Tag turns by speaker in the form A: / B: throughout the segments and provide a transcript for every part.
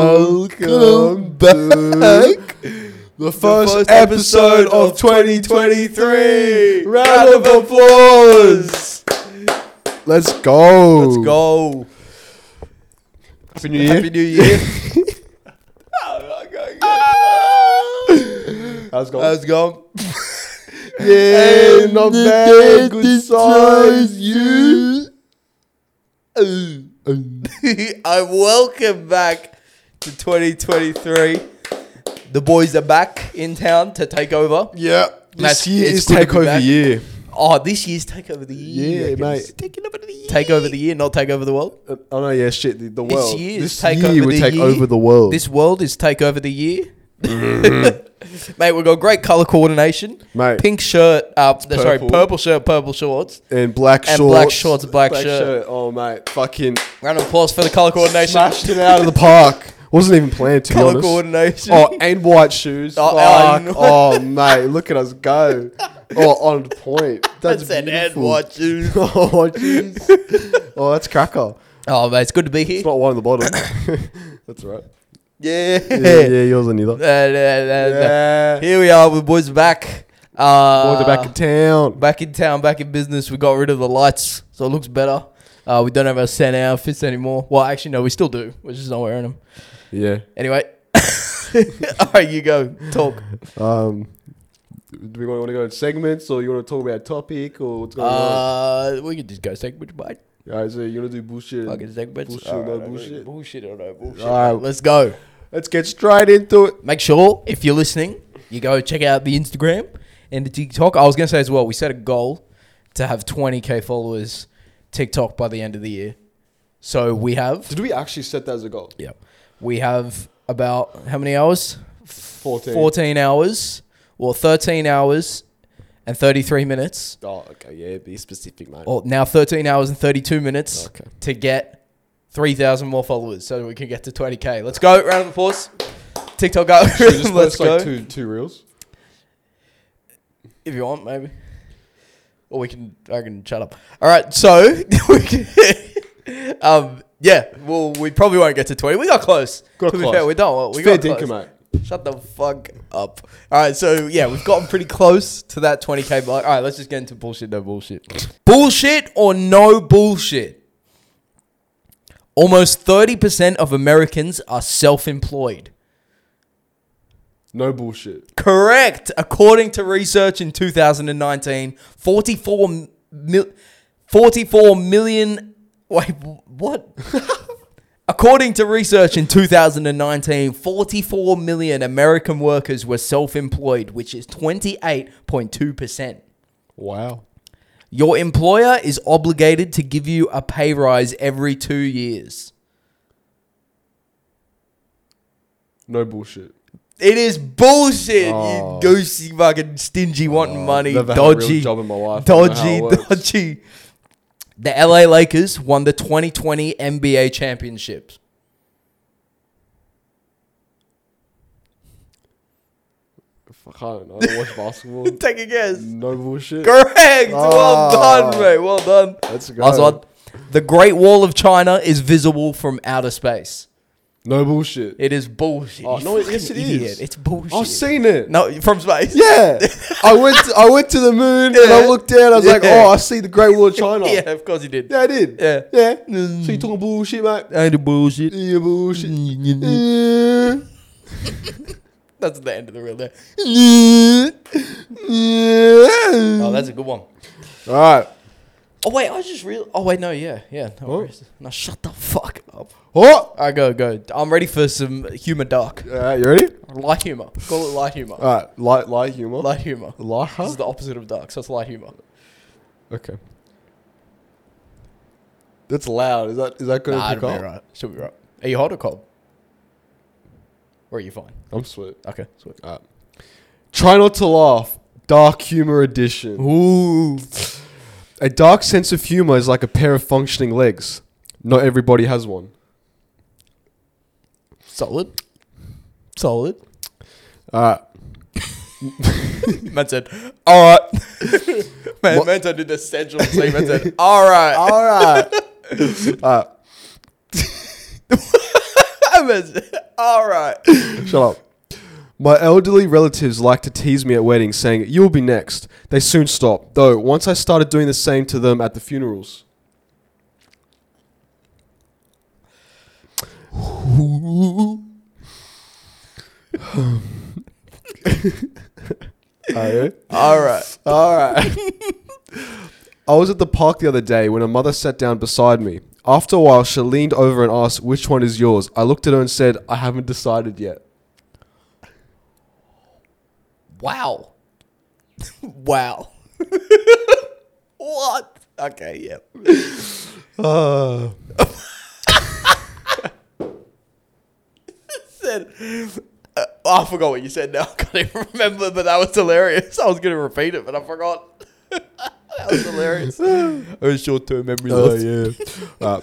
A: Welcome back. The first,
B: first
A: episode
B: episode
A: of
B: of
A: 2023.
B: 2023.
A: Round of applause. Let's go.
B: Let's go.
A: Happy New Year.
B: Happy New Year.
A: How's it going?
B: Let's go.
A: yeah,
B: And the day destroys
A: you. Uh.
B: I welcome back to 2023. The boys are back in town to take over.
A: yeah, this
B: That's-
A: year
B: it's
A: is
B: good to be
A: takeover
B: back.
A: year.
B: Oh, this year's takeover of the year.
A: Yeah,
B: you reckon?
A: mate.
B: Take over the year, not take over the world.
A: Uh, Oh no, yeah, shit. The, the
B: This
A: world.
B: year's
A: This
B: take
A: year
B: over
A: would
B: the
A: take
B: year.
A: over the world.
B: This world is take over the year. Mate, we've got great color coordination.
A: Mm-hmm. Mate.
B: Pink shirt, uh, sorry,
A: purple.
B: purple shirt, purple shorts.
A: and black
B: And
A: shorts.
B: black shorts, black shirt.
A: Oh mate, fucking
B: Round of applause for the color coordination.
A: smashed it out of the park. Wasn't even planned to be
B: color
A: honest.
B: coordination.
A: Oh, and white shoes.
B: Oh,
A: Fuck.
B: and-
A: oh mate, look at us go. Oh, on point. That's
B: an ad
A: beautiful.
B: watch. dude.
A: Oh jeez. oh, that's cracker.
B: Oh, mate, it's good to be here.
A: It's not one on the bottom. that's all right.
B: Yeah.
A: Yeah, yeah, yours on either.
B: Uh, uh, uh, uh,
A: Yeah.
B: Here we are. The boys are back. Uh,
A: Boys are back in town.
B: back in town, back in business. We got rid of the lights, so it looks better. Uh, we don't have our Santa outfits anymore. Well, actually, no, we still do. We're just not wearing them.
A: Yeah.
B: Anyway. All right, you go. Talk.
A: Um, do we want to go in segments, or you want to talk about topic, or what's going on?
B: Uh, we can just go segment by
A: All right, so you want to do bullshit?
B: fucking segment.
A: Bullshit,
B: All
A: no
B: I agree.
A: bullshit.
B: Bullshit or no bullshit.
A: All right.
B: Let's go.
A: Let's get straight into it.
B: Make sure if you're listening, you go check out the Instagram and the TikTok. I was gonna say as well, we set a goal to have 20k followers TikTok by the end of the year. So we have,
A: Did we actually set that as a goal?
B: yeah, we have about how many hours?
A: 14.
B: 14 hours or 13 hours and 33 minutes.
A: Oh, okay, yeah, be specific, mate.
B: Or now 13 hours and 32 minutes
A: Okay.
B: to get 3,000 more followers so we can get to 20k. Let's go. Round of applause. TikTok up.
A: Should we just
B: Let's
A: post,
B: go.
A: Like two, two reels.
B: If you want, maybe. Or we can, I can shut up. All right, so, we can- um, yeah, well, we probably won't get to 20. We got close.
A: Got
B: to be
A: close.
B: fair, we don't. We
A: Fair
B: got
A: dinkum,
B: close.
A: mate.
B: Shut the fuck up. All right, so, yeah, we've gotten pretty close to that 20K mark. All right, let's just get into bullshit, no bullshit. Bullshit or no bullshit? Almost 30% of Americans are self employed.
A: No bullshit.
B: Correct. According to research in 2019, 44, mil- 44 million. Wait, what? According to research in 2019, 44 million American workers were self employed, which is 28.2%.
A: Wow.
B: Your employer is obligated to give you a pay rise every two years.
A: No bullshit.
B: It is bullshit,
A: Oh.
B: you goosey fucking stingy wanting
A: Oh,
B: money,
A: never had a real
B: dodgy.
A: job in my life. I don't know how
B: dodgy,
A: it works.
B: dodgy. The LA Lakers won the 2020 NBA championships.
A: Fuck, I don't know. I don't watch basketball.
B: Take a guess.
A: No bullshit. Ah.
B: Correct. Well done, mate. Well done.
A: Let's go.
B: Last one. The Great Wall of China is visible from outer space.
A: No bullshit.
B: It is bullshit.
A: Oh,
B: you
A: no, it-
B: fucking
A: yes, it
B: idiot.
A: is.
B: It's bullshit.
A: I've seen it.
B: No, from space.
A: Yeah, I went. To, I went to the moon and I
B: Yeah.
A: looked down. I was like,
B: Yeah.
A: "Oh, I see the Great Wall of China."
B: yeah, of course you did.
A: Yeah, I did.
B: Yeah. Mm.
A: yeah. So you talking bullshit, mate?
B: And bullshit.
A: Yeah, bullshit.
B: That's the end of the reel there. Oh,
A: oh,
B: that's a good one.
A: All right.
B: Oh wait, I was just real. Oh wait, no, yeah, yeah. No
A: What?
B: worries. No, shut the fuck up.
A: What?
B: All right, go, go. I'm ready for some humor dark.
A: All right, Oh. you ready?
B: Light humor. Call it light humor.
A: All right. Light, light humor. Light,
B: Light humor. This is the opposite of dark, so it's light humor.
A: Okay. That's loud. Is that is that gonna
B: Nah,
A: pick
B: it'll be
A: up?
B: right. Should be right. Are you hot or cold? Or are you fine?
A: I'm sweet.
B: Okay, sweet.
A: All right. Try not to laugh. Dark humor edition.
B: Ooh.
A: A dark sense of humor is like a pair of functioning legs. Not everybody has one.
B: Solid. Solid.
A: All right.
B: Man said, all right. man, man said did essential thing. Man said, all right.
A: All right. All right.
B: Gomez. All right.
A: Shut up. My elderly relatives like to tease me at weddings, saying, You'll be next. They soon stop, though, once I started doing the same to them at the funerals. Alright.
B: All right.
A: All right. I was at the park the other day when a mother sat down beside me. After a while, she leaned over and asked, Which one is yours? I looked at her and said, I haven't decided yet.
B: Wow. wow. what? Okay, yep.
A: Uh.
B: said, uh, I forgot what you said now. I can't even remember, but that was hilarious. I was going to repeat it, but I forgot. that was hilarious. a short term memory
A: Oh,
B: loss.
A: yeah. Uh,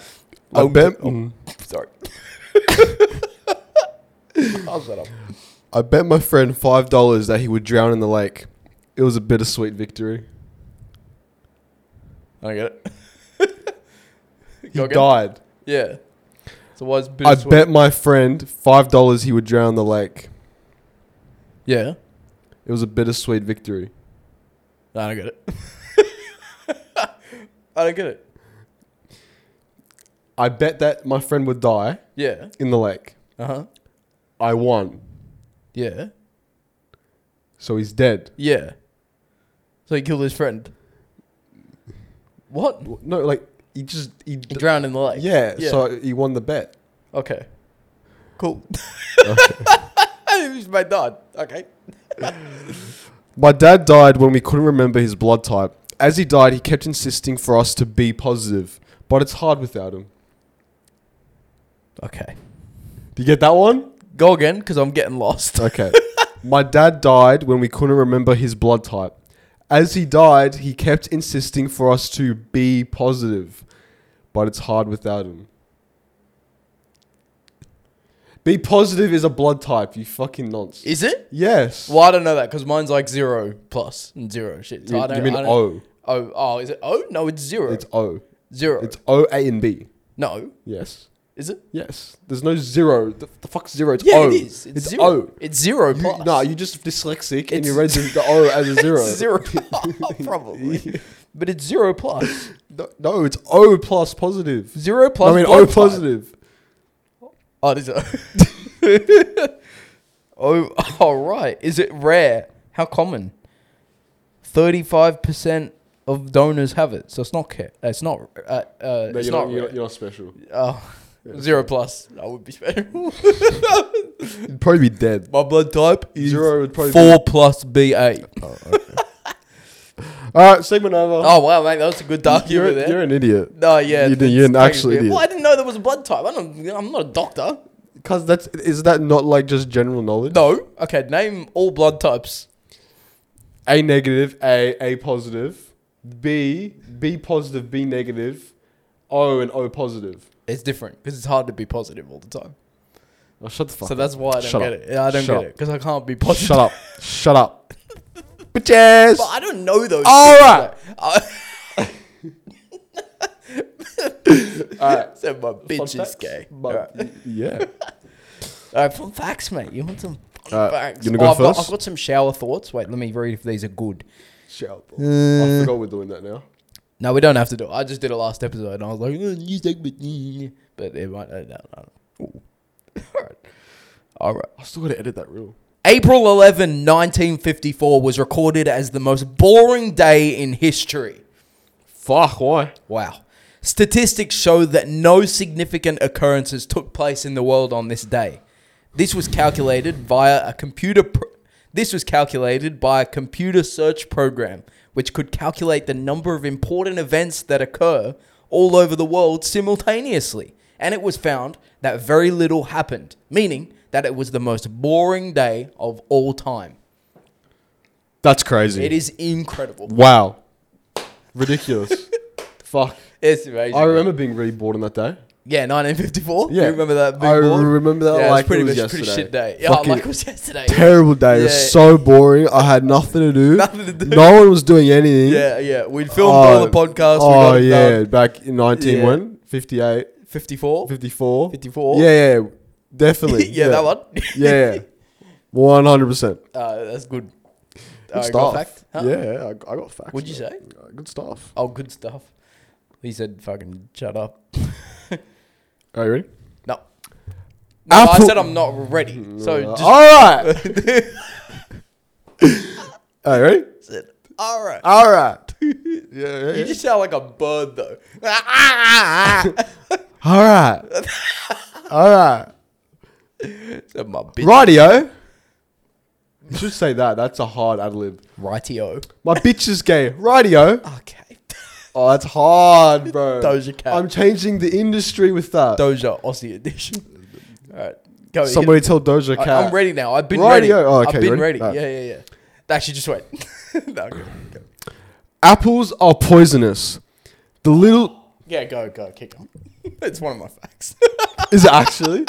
A: I
B: Oh,
A: bet.
B: oh. Sorry. I'll shut up.
A: I bet my friend five dollars that he would drown in the lake. It was a bittersweet victory.
B: I don't get it.
A: He
B: Go again?
A: died.
B: Yeah. So why is
A: I
B: bittersweet?
A: bet my friend five dollars he would drown in the lake.
B: Yeah.
A: It was a bittersweet victory.
B: I don't get it. I don't get it.
A: I bet that my friend would die
B: Yeah.
A: in the lake.
B: Uh huh.
A: I won,
B: Yeah.
A: so he's dead.
B: Yeah. So he killed his friend. What?
A: W- No, like he just he.
B: He
A: d-
B: drowned in the lake.
A: yeah, so he won the bet.
B: Okay. Cool. He was my dad. Okay.
A: My dad died when we couldn't remember his blood type. As he died, he kept insisting for us to be positive, but it's hard without him.
B: Okay.
A: Do you get that one?
B: Go again, because I'm getting lost.
A: Okay. My dad died when we couldn't remember his blood type. As he died, he kept insisting for us to be positive, but it's hard without him. Be positive is a blood type, you fucking nonce.
B: Is it?
A: yes.
B: Well, I don't know that because mine's like zero plus and zero shit. So
A: You,
B: I
A: you
B: don't,
A: mean
B: I
A: O?
B: don't- Oh, oh, is it O? No, it's zero.
A: It's O.
B: zero.
A: It's O, A, and B.
B: no,
A: Yes.
B: is it?
A: Yes. There's no zero. The, the fuck's zero? It's
B: Yeah,
A: O.
B: it is. It's, zero.
A: O.
B: It's zero
A: You,
B: plus.
A: nah, you're just dyslexic and
B: It's-
A: you read the, the O as a zero.
B: It's zero. Probably. But it's zero plus.
A: No, no, it's O plus positive.
B: Zero plus.
A: I mean,
B: blood
A: O
B: type.
A: positive.
B: Oh, it is O. oh, oh, right. Is it rare? How common? Thirty-five percent of donors have it, so it's not. ca- uh, It's not. Uh, uh,
A: No,
B: it's
A: you're, not,
B: not. rare.
A: you're, not, you're not special.
B: Oh, zero plus. That would be special.
A: You'd probably be dead.
B: My blood type is
A: Zero would probably
B: four plus B eight.
A: be. Oh, All right, segment over.
B: Oh wow, mate, that was a good dark
A: you're,
B: humor there.
A: you're an idiot.
B: No, yeah,
A: You didn't- you
B: it's
A: didn't actually
B: technically-
A: did.
B: Well, I didn't know there was a blood type. I don't, I'm not a doctor.
A: Because that's is that not like just general knowledge?
B: No. Okay, name all blood types.
A: A negative, A, A positive, B, B positive, B negative, O and O positive.
B: It's different because it's hard to be positive all the time.
A: Oh, shut the fuck
B: so
A: up.
B: that's why I don't
A: Shut
B: get
A: up.
B: it. Yeah, I don't
A: Shut
B: get
A: up.
B: it because I can't be positive.
A: Shut up. Shut up. Bitches.
B: But I don't know those.
A: All
B: things,
A: right.
B: All
A: All
B: right.
A: right.
B: So my bitch
A: Fun
B: is
A: facts?
B: gay.
A: But-
B: All right.
A: Yeah.
B: All right, fun facts, mate. You want some fun
A: All right,
B: facts? Oh,
A: you wanna go
B: I've got-
A: first?
B: I've got some shower thoughts. Wait, let me read if these are good.
A: Shut up. I
B: Uh,
A: forgot we're doing that now.
B: No, we don't have to do it. I just did it last episode, and I was like, oh, you take me," but it might. I don't know. All right. All right.
A: I still got to edit that reel.
B: April 11, 1954 was recorded as the most boring day in history.
A: Fuck, why?
B: Wow. Statistics show that no significant occurrences took place in the world on this day. This was calculated via a computer pr- this was calculated by a computer search program which could calculate the number of important events that occur all over the world simultaneously. And it was found that very little happened, meaning that it was the most boring day of all time.
A: That's crazy.
B: It is incredible.
A: Wow. Ridiculous. Fuck.
B: It's amazing.
A: I remember being really bored on that day.
B: Yeah, 1954.
A: Yeah.
B: you remember that? Big
A: I
B: board?
A: remember that
B: Yeah,
A: like
B: it was pretty,
A: it was
B: much pretty
A: yesterday.
B: shit day. Yeah,
A: Fucking
B: like it was yesterday.
A: Terrible day. It
B: Yeah.
A: was so boring. I had nothing to do.
B: Nothing to do.
A: No one was doing anything.
B: Yeah, yeah. We filmed all the
A: Oh,
B: podcasts.
A: oh,
B: we got it
A: yeah.
B: done.
A: Back in 19,
B: Yeah.
A: when? 58,
B: 54.
A: 54.
B: 54.
A: Yeah, yeah. Definitely.
B: yeah, that one.
A: yeah. One hundred percent.
B: Uh, that's good.
A: Good
B: Uh,
A: stuff.
B: got fact? Huh?
A: Yeah, yeah, I, I got facts.
B: What'd you
A: bro.
B: say?
A: Uh, Good stuff.
B: Oh, good stuff. He said, "Fucking shut up."
A: Are you ready?
B: No. No, I
A: Apple-
B: said I'm not ready. So
A: Uh,
B: Oh, just
A: all right. Are you ready?
B: all right.
A: All right. yeah, yeah,
B: You
A: yeah.
B: just sound like a bird though.
A: All right. all right.
B: Said my bitch.
A: Rightio. You should say that. That's a hard ad lib.
B: Rightio.
A: My bitch is gay. Rightio.
B: Okay.
A: Oh, that's hard, bro.
B: Doja Cat.
A: I'm changing the industry with that.
B: Doja Aussie edition. All right. Go. hit
A: Somebody tell Doja
B: I-
A: Cat.
B: I'm ready now. I've been ready.
A: Radio- oh, okay,
B: I've
A: you
B: been
A: ready?
B: ready.
A: Alright.
B: Yeah, yeah, yeah. Actually, just wait. no, go, go.
A: Apples are poisonous. The little
B: Yeah, go, go. Kick on. it's one of my facts.
A: is it actually.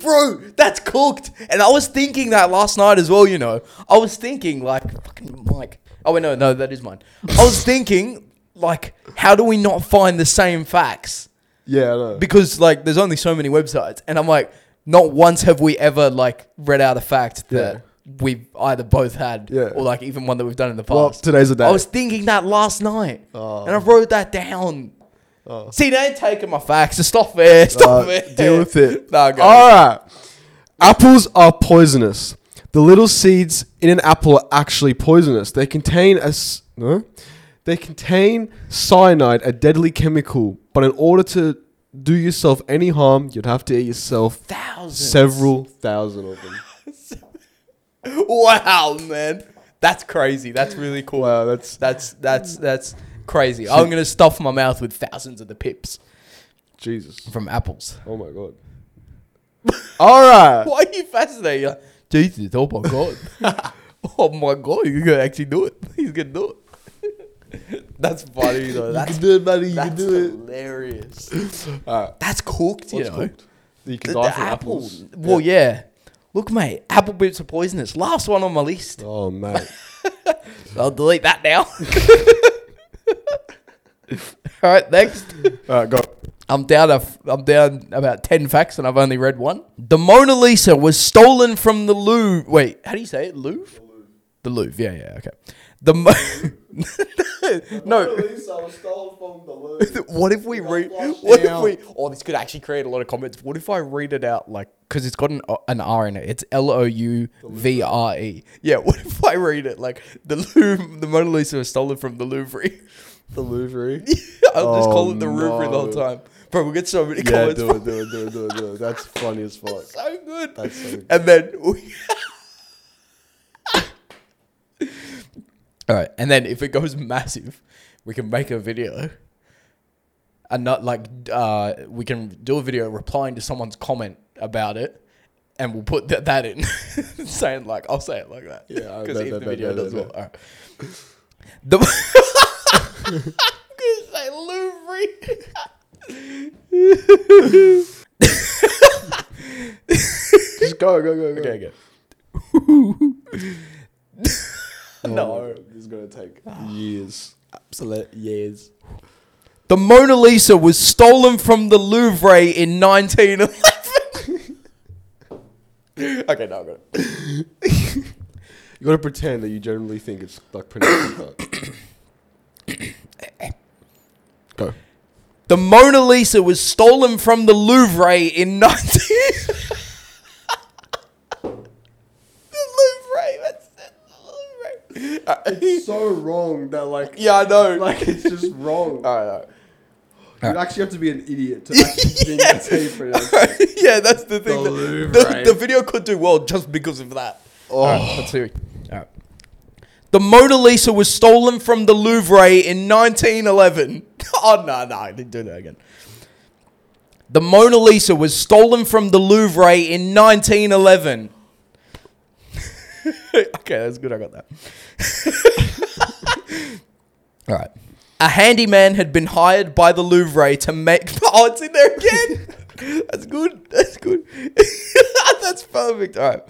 B: Bro, that's cooked. And I was thinking that last night as well, you know. I was thinking, like, fucking Mike. Oh, wait, no, no, that is mine. I was thinking, like, how do we not find the same facts?
A: yeah, I know.
B: because like there's only so many websites and i'm like not once have we ever like read out a fact that we've either both had
A: Yeah.
B: or like even one that we've done in the past
A: Well, today's the day.
B: i was thinking that last night
A: Oh.
B: and i wrote that down
A: Oh.
B: see they ain't taking my facts so stop it
A: Uh,
B: stop it
A: deal with it. Oh.
B: nah, go.
A: All right. Apples are poisonous. The little seeds in an apple are actually poisonous. They contain a s- no? They contain cyanide, a deadly chemical. But in order to do yourself any harm, you'd have to eat yourself
B: thousands
A: several thousand of them.
B: wow man that's crazy that's really cool
A: Wow, that's
B: that's that's that's crazy i'm gonna stuff my mouth with thousands of the pips
A: Jesus.
B: from apples
A: Oh my god. All right.
B: Why are you fascinated? You're like, Jesus, oh my god. oh my god, you're gonna actually do it. He's gonna do it. that's funny though.
A: you
B: That's,
A: can do it, buddy. You
B: that's
A: can do
B: hilarious.
A: it. All right.
B: That's cooked, you
A: What's
B: know.
A: cooked? You
B: The,
A: can
B: the
A: die from
B: apple.
A: apples.
B: Well, yeah. Look, mate, apple bits are poisonous. Last one on my list.
A: Oh mate.
B: I'll delete that now. All right, next.
A: All right, go.
B: I'm down. A, f- I'm down about ten facts, and I've only read one. The Mona Lisa was stolen from the Louvre. Wait, how do you say it? Louvre. The Louvre. Yeah, yeah. Okay. The Mo- no. What if we read? What if we? Oh, this could actually create a lot of comments. What if I read it out like because it's got an, O- an R in it? It's L O U V R E. Yeah. What if I read it like the Louvre? The Mona Lisa was stolen from the Louvre.
A: The Louvre.
B: I'll just
A: Oh,
B: call it the Louvre the whole
A: no.
B: time. Bro, we get so many
A: Yeah,
B: comments.
A: do it, do it, do it, do it, do it. That's funny as fuck.
B: so good.
A: That's so good.
B: And then we. All right, and then if it goes massive, we can make a video. And not like uh, we can do a video replying to someone's comment about it, and we'll put that, that in, saying like I'll say it like that.
A: Yeah, I-
B: because
A: no,
B: if
A: no,
B: the
A: no,
B: video
A: no, no,
B: does
A: no.
B: well, all right. The I'm gonna say Louvre.
A: Just go, go, go, go.
B: Okay, okay. no.
A: This is gonna take years. Ah. Absolute years.
B: The Mona Lisa was stolen from the Louvre in 1911. okay, now I got it.
A: You gotta pretend that you generally think it's like pronounced like that. go.
B: The Mona Lisa was stolen from the Louvre in 19. the Louvre, that's it, the Louvre. Uh,
A: It's so wrong that like
B: yeah, I know.
A: like it's just wrong.
B: all right, all right.
A: You actually have to be an idiot to actually think that's how you pronounce it.
B: yeah, that's the thing.
A: The
B: that-
A: Louvre.
B: the, the video could do well just because of that.
A: Oh.
B: Alright, let's hear it. Alright. The Mona Lisa was stolen from the Louvre in 1911. Oh, no, no, I didn't do that again. The Mona Lisa was stolen from the Louvre in 1911. okay, that's good. I got that. All right. A handyman had been hired by the Louvre to make. Oh, it's in there again. That's good. That's good. That's perfect. All right.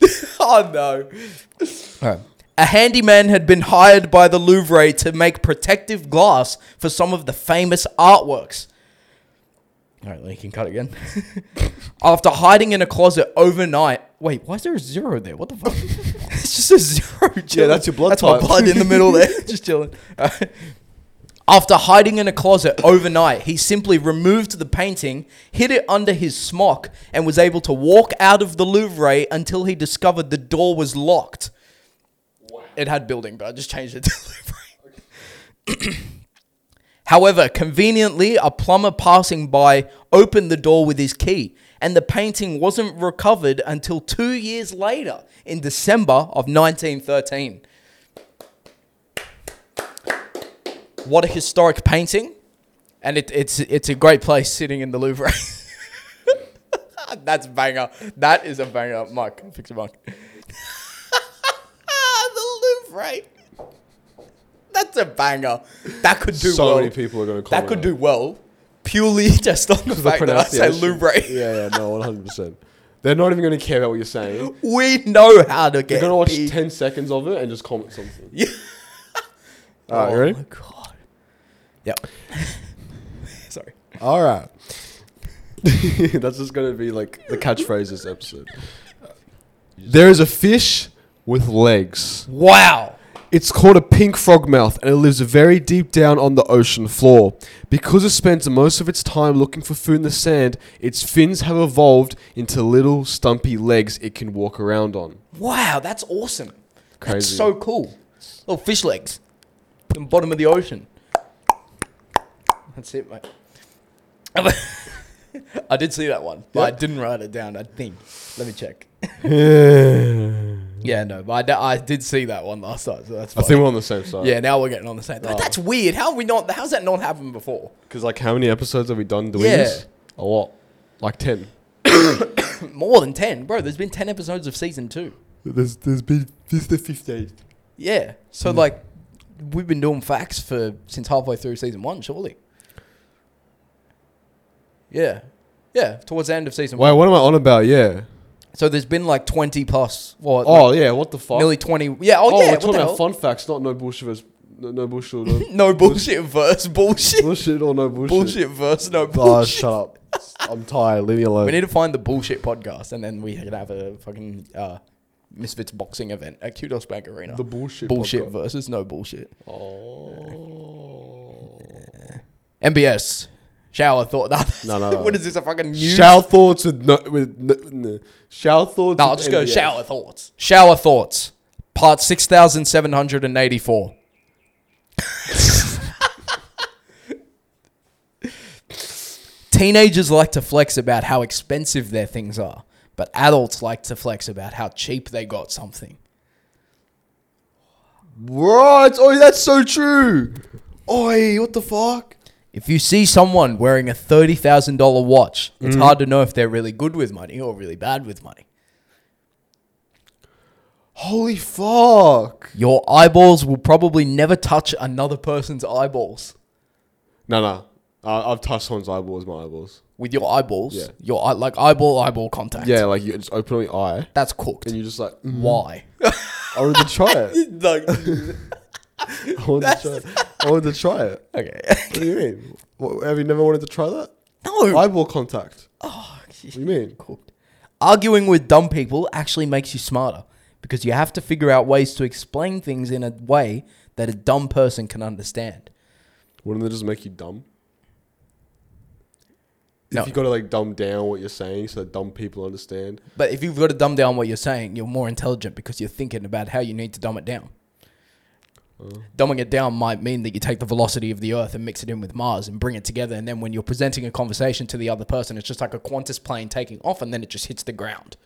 B: oh no. All right. A handyman had been hired by the Louvre to make protective glass for some of the famous artworks. All right, you can cut again. After hiding in a closet overnight. Wait, why is there a zero there? What the fuck? it's just a zero. chilling.
A: that's your blood
B: That's
A: type.
B: my blood in the middle there, just chilling. All right. After hiding in a closet overnight, he simply removed the painting, hid it under his smock, and was able to walk out of the Louvre until he discovered the door was locked. It had building, but I just changed it to Louvre. However, conveniently, a plumber passing by opened the door with his key, and the painting wasn't recovered until two years later, in December of 1913. What a historic painting! And it, it's it's a great place sitting in the Louvre. That's banger. That is a banger. Mike, fix your mic. the Louvre. That's a banger. That could do
A: so
B: well.
A: many people are going to comment.
B: That could do well, purely just on the
A: the
B: fact that I say
A: pronunciation.
B: Louvre.
A: Yeah, yeah, no, one hundred percent. They're not even going to care about what you're saying.
B: We know how to
A: They're
B: get.
A: going to watch
B: big.
A: ten seconds of it and just comment something.
B: Yeah.
A: All right, you ready?
B: Oh my god. Yep. Sorry.
A: All right. That's just going to be like the catchphrase this episode. There is a fish with legs.
B: Wow.
A: It's called a pink frog mouth and it lives very deep down on the ocean floor. Because it spends most of its time looking for food in the sand, its fins have evolved into little stumpy legs it can walk around on.
B: Wow, that's awesome. That's
A: Crazy.
B: so cool. Little fish legs. The bottom of the ocean. That's it, mate. I did see that one, but I
A: Yeah.
B: didn't write it down, I think. Let me check. yeah, no, but I, d- I did see that one last night, so that's
A: I
B: fine.
A: think we're on the same side.
B: yeah, now we're getting on the same.
A: Oh.
B: That's weird. How have we not? How's that not happened before?
A: Because, like, how many episodes have we done doing
B: Yeah.
A: this? A lot. Like 10.
B: More than ten, bro. There's been ten episodes of season two.
A: There's, there's been 50, 50.
B: Yeah. So like, we've been doing facts for since halfway through season one, surely. Yeah, yeah. Towards the end of season
A: Wait,
B: one.
A: what am I on about? Yeah.
B: So there's been like twenty plus. What?
A: Oh,
B: like,
A: yeah, what the fuck?
B: nearly twenty. Yeah. Oh,
A: oh,
B: yeah.
A: we're
B: What
A: talking
B: the
A: about
B: hell?
A: fun facts, not no bullshit. versus- No, no bullshit. No
B: no bullshit verse. Bullshit.
A: bullshit or no bullshit.
B: Bullshit verse. No
A: Oh,
B: bullshit.
A: shut up. I'm tired. Leave me alone.
B: we need to find the bullshit podcast, and then we can have a fucking uh, Misfits boxing event at Kudos Bank Arena.
A: the bullshit.
B: bullshit
A: podcast.
B: versus no bullshit.
A: Oh.
B: MBS. Shower thought.
A: No, no, no.
B: what is this? A fucking news?
A: Shower thoughts with no with no, no. shower thoughts.
B: No, I'll
A: with
B: just go
A: NBS.
B: shower thoughts. Shower thoughts. Part 6784. Teenagers like to flex about how expensive their things are, but adults like to flex about how cheap they got something.
A: Right. Oh, that's so true. Oi, what the fuck?
B: If you see someone wearing a $30,000 watch, it's hard to know if they're really good with money or really bad with money.
A: Holy fuck.
B: Your eyeballs will probably never touch another person's eyeballs.
A: No, no. Uh, I've touched someone's eyeballs, my eyeballs.
B: with your eyeballs.
A: Yeah.
B: Your eye, like eyeball eyeball contact.
A: Yeah, like you just open the eye
B: That's cooked.
A: and you just like, mm,
B: Why?
A: I wanted to try it.
B: like
A: I wanted to try it. I wanted to try it.
B: okay.
A: What do you mean? What, have you never wanted to try that?
B: no.
A: Eyeball contact.
B: oh,
A: What do you mean?
B: cooked. Arguing with dumb people actually makes you smarter because you have to figure out ways to explain things in a way that a dumb person can understand.
A: Wouldn't it just make you dumb?
B: No.
A: If you got to like dumb down what you're saying so that dumb people understand.
B: But if you've got to dumb down what you're saying, you're more intelligent because you're thinking about how you need to dumb it down. Dumbing it down might mean that you take the velocity of the Earth and mix it in with Mars and bring it together. And then when you're presenting a conversation to the other person, it's just like a Qantas plane taking off and then it just hits the ground.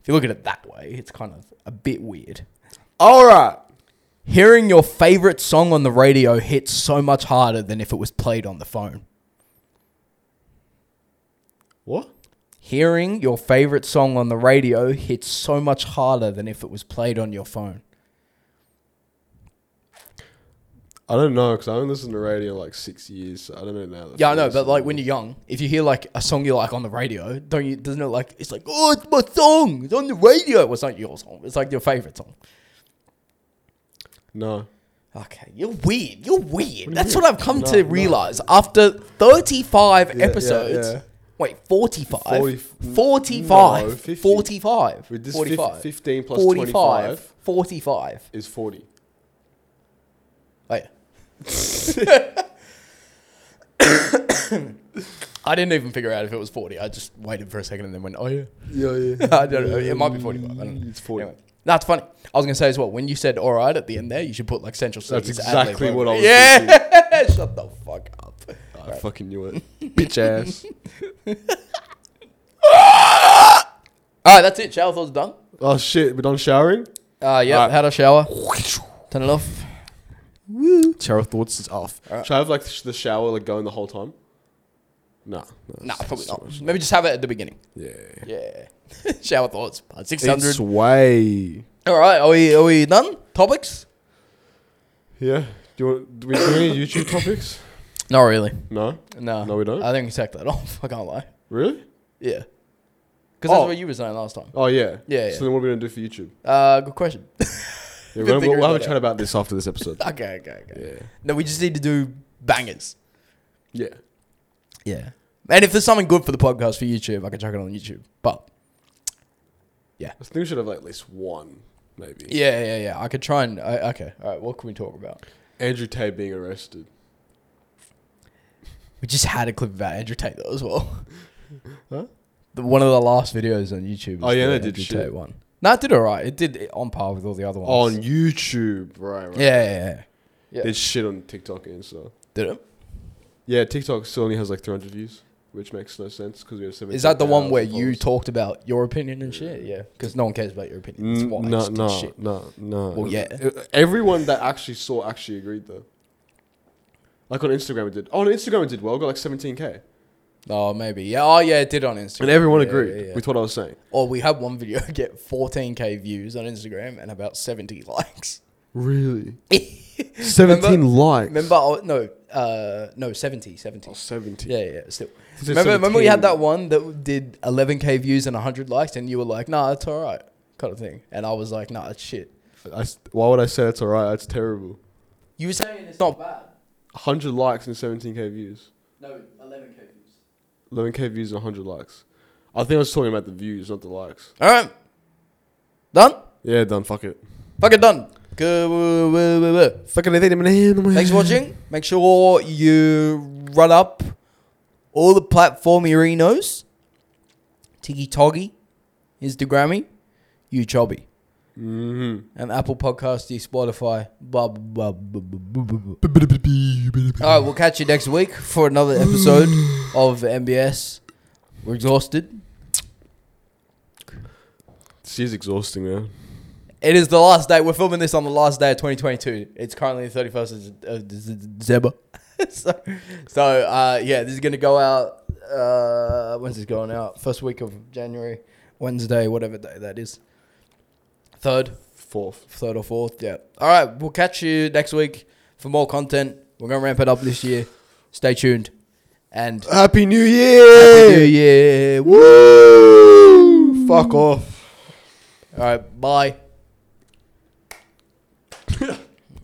B: If you look at it that way, it's kind of a bit weird.
A: All right.
B: Hearing your favorite song on the radio hits so much harder than if it was played on the phone.
A: What?
B: Hearing your favorite song on the radio hits so much harder than if it was played on your phone.
A: I don't know because I haven't listened to radio in like six years. So I don't know now.
B: Yeah, I know, but like when you're young, if you hear like a song you like on the radio, don't you? Doesn't it like it's like oh, it's my song. It's on the radio. Well, it's not your song. It's like your favorite song.
A: No.
B: Okay, you're weird. You're weird. That's
A: mean?
B: what I've come
A: No,
B: to
A: no.
B: realize after 35
A: yeah,
B: episodes.
A: yeah.
B: Wait, 45.
A: Forty-
B: 45.
A: no, 50.
B: 45.
A: With this
B: 45.
A: 45. 15 plus 25
B: 45.
A: is 40.
B: Oh, yeah. I didn't even figure out if it was 40. I just waited for a second and then went, oh, yeah.
A: Yeah, yeah.
B: I don't know. It might be 45. I don't know.
A: It's 40.
B: Anyway, that's funny. I was going to say as well, when you said all right at the end there, you should put like Central
A: That's
B: City's
A: exactly
B: ad-lib
A: what I
B: over
A: was
B: it. Yeah. Shut the fuck up.
A: I Ah, fucking knew it. Bitch ass.
B: All right, that's it. Shower thoughts done.
A: Oh shit, we're done showering?
B: Uh, yeah,
A: All right.
B: had a shower. Turn it off. Woo.
A: Shower thoughts is off.
B: Alright.
A: Should I have like sh- the shower like going the whole time? Nah.
B: Nah,
A: it's-
B: probably
A: it's too
B: not.
A: much.
B: Maybe just have it at the beginning.
A: Yeah.
B: Yeah. shower thoughts. Part 600.
A: It's way.
B: All right, are we, are we done? Topics?
A: Yeah. Do you want, do we do any YouTube topics?
B: Not really.
A: No?
B: No.
A: No, we don't?
B: I think we sacked that off. I can't lie.
A: Really?
B: Yeah. Because
A: Oh.
B: that's what you were saying last time.
A: Oh yeah.
B: Yeah, yeah.
A: So then what are we gonna do for YouTube?
B: Uh, good question.
A: Yeah,
B: Been
A: we'll, we'll
B: figuring
A: have a
B: that
A: chat
B: out.
A: about this after this episode.
B: okay, okay, okay.
A: yeah.
B: No, we just need to do bangers.
A: Yeah.
B: Yeah. And if there's something good for the podcast for YouTube, I can chuck it on YouTube. But
A: I think we should have like at least one, maybe.
B: yeah, yeah, yeah. I could try and. I, okay. All right. What can we talk about?
A: Andrew Tay being arrested.
B: We just had a clip about Andrew Tate though as well.
A: Huh?
B: The, one of the last videos on YouTube.
A: Oh,
B: is
A: yeah,
B: the
A: they did
B: Andrew
A: shit.
B: Tate one. No, it did all right. It did it on par with all the other ones.
A: On YouTube. Right, right.
B: Oh, Yeah, yeah, yeah. yeah.
A: There's shit on TikTok and stuff.
B: Did it?
A: Yeah, TikTok still only has like 300 views, which makes no sense because we have seven.
B: Is that the one where you talked about your opinion and shit? Yeah, Mm, because no one cares about your opinion. That's
A: No,
B: why
A: no,
B: it's just
A: no,
B: shit.
A: no, no.
B: Well, yeah.
A: Uh, Everyone that actually saw actually agreed though. Like on Instagram, it did. Oh, on Instagram, it did well. It got like 17k,
B: Oh, maybe. Yeah. Oh, yeah. It did on Instagram.
A: and everyone
B: Yeah,
A: agreed
B: yeah, yeah.
A: with what I was saying.
B: Or we had one video get 14k views on Instagram and about 70 likes.
A: Really, 17 likes.
B: Remember? Oh, no, uh, no, 70, 70.
A: oh, 17.
B: Yeah, yeah, still.
A: Is it
B: Remember, remember we
A: 17?
B: had that one that did 11k views and 100 likes, and you were like, "Nah, it's all right," kind of thing, and I was like, "Nah, it's shit."
A: I s why would I say it's alright? That's terrible.
B: You were saying it's not bad.
A: 100 likes and 17k views.
B: No, 11k views.
A: 11k views and 100 likes. I think I was talking about the views, not the likes.
B: All right, done.
A: Yeah, done. Fuck it.
B: Fucking done. Good. woo, woo, woo, woo.
A: Fucking Thanks
B: Thanks for watching. Make sure you run up all the platform E arenas. Tiggy Toggy, Instagrammy, YouTubey,
A: hmm
B: and Apple Podcasty, Spotify. Blah, blah, blah, blah, blah, blah, blah.
A: All
B: All right, we'll catch you next week for another episode of MBS. We're exhausted.
A: She's exhausting, man.
B: It is the last day. We're filming this on the last day of 2022. It's currently the 31st of December. so, so uh, yeah, this is going to go out. Uh, when's this going out? First week of January, Wednesday, whatever day that is. Third,
A: Fourth.
B: third or fourth. Yeah. All right. We'll catch you next week for more content. We're going to ramp it up this year. Stay tuned. And
A: Happy New
B: happy new
A: Year!
B: year. Woo!
A: Woo! Fuck off.
B: All right. Bye.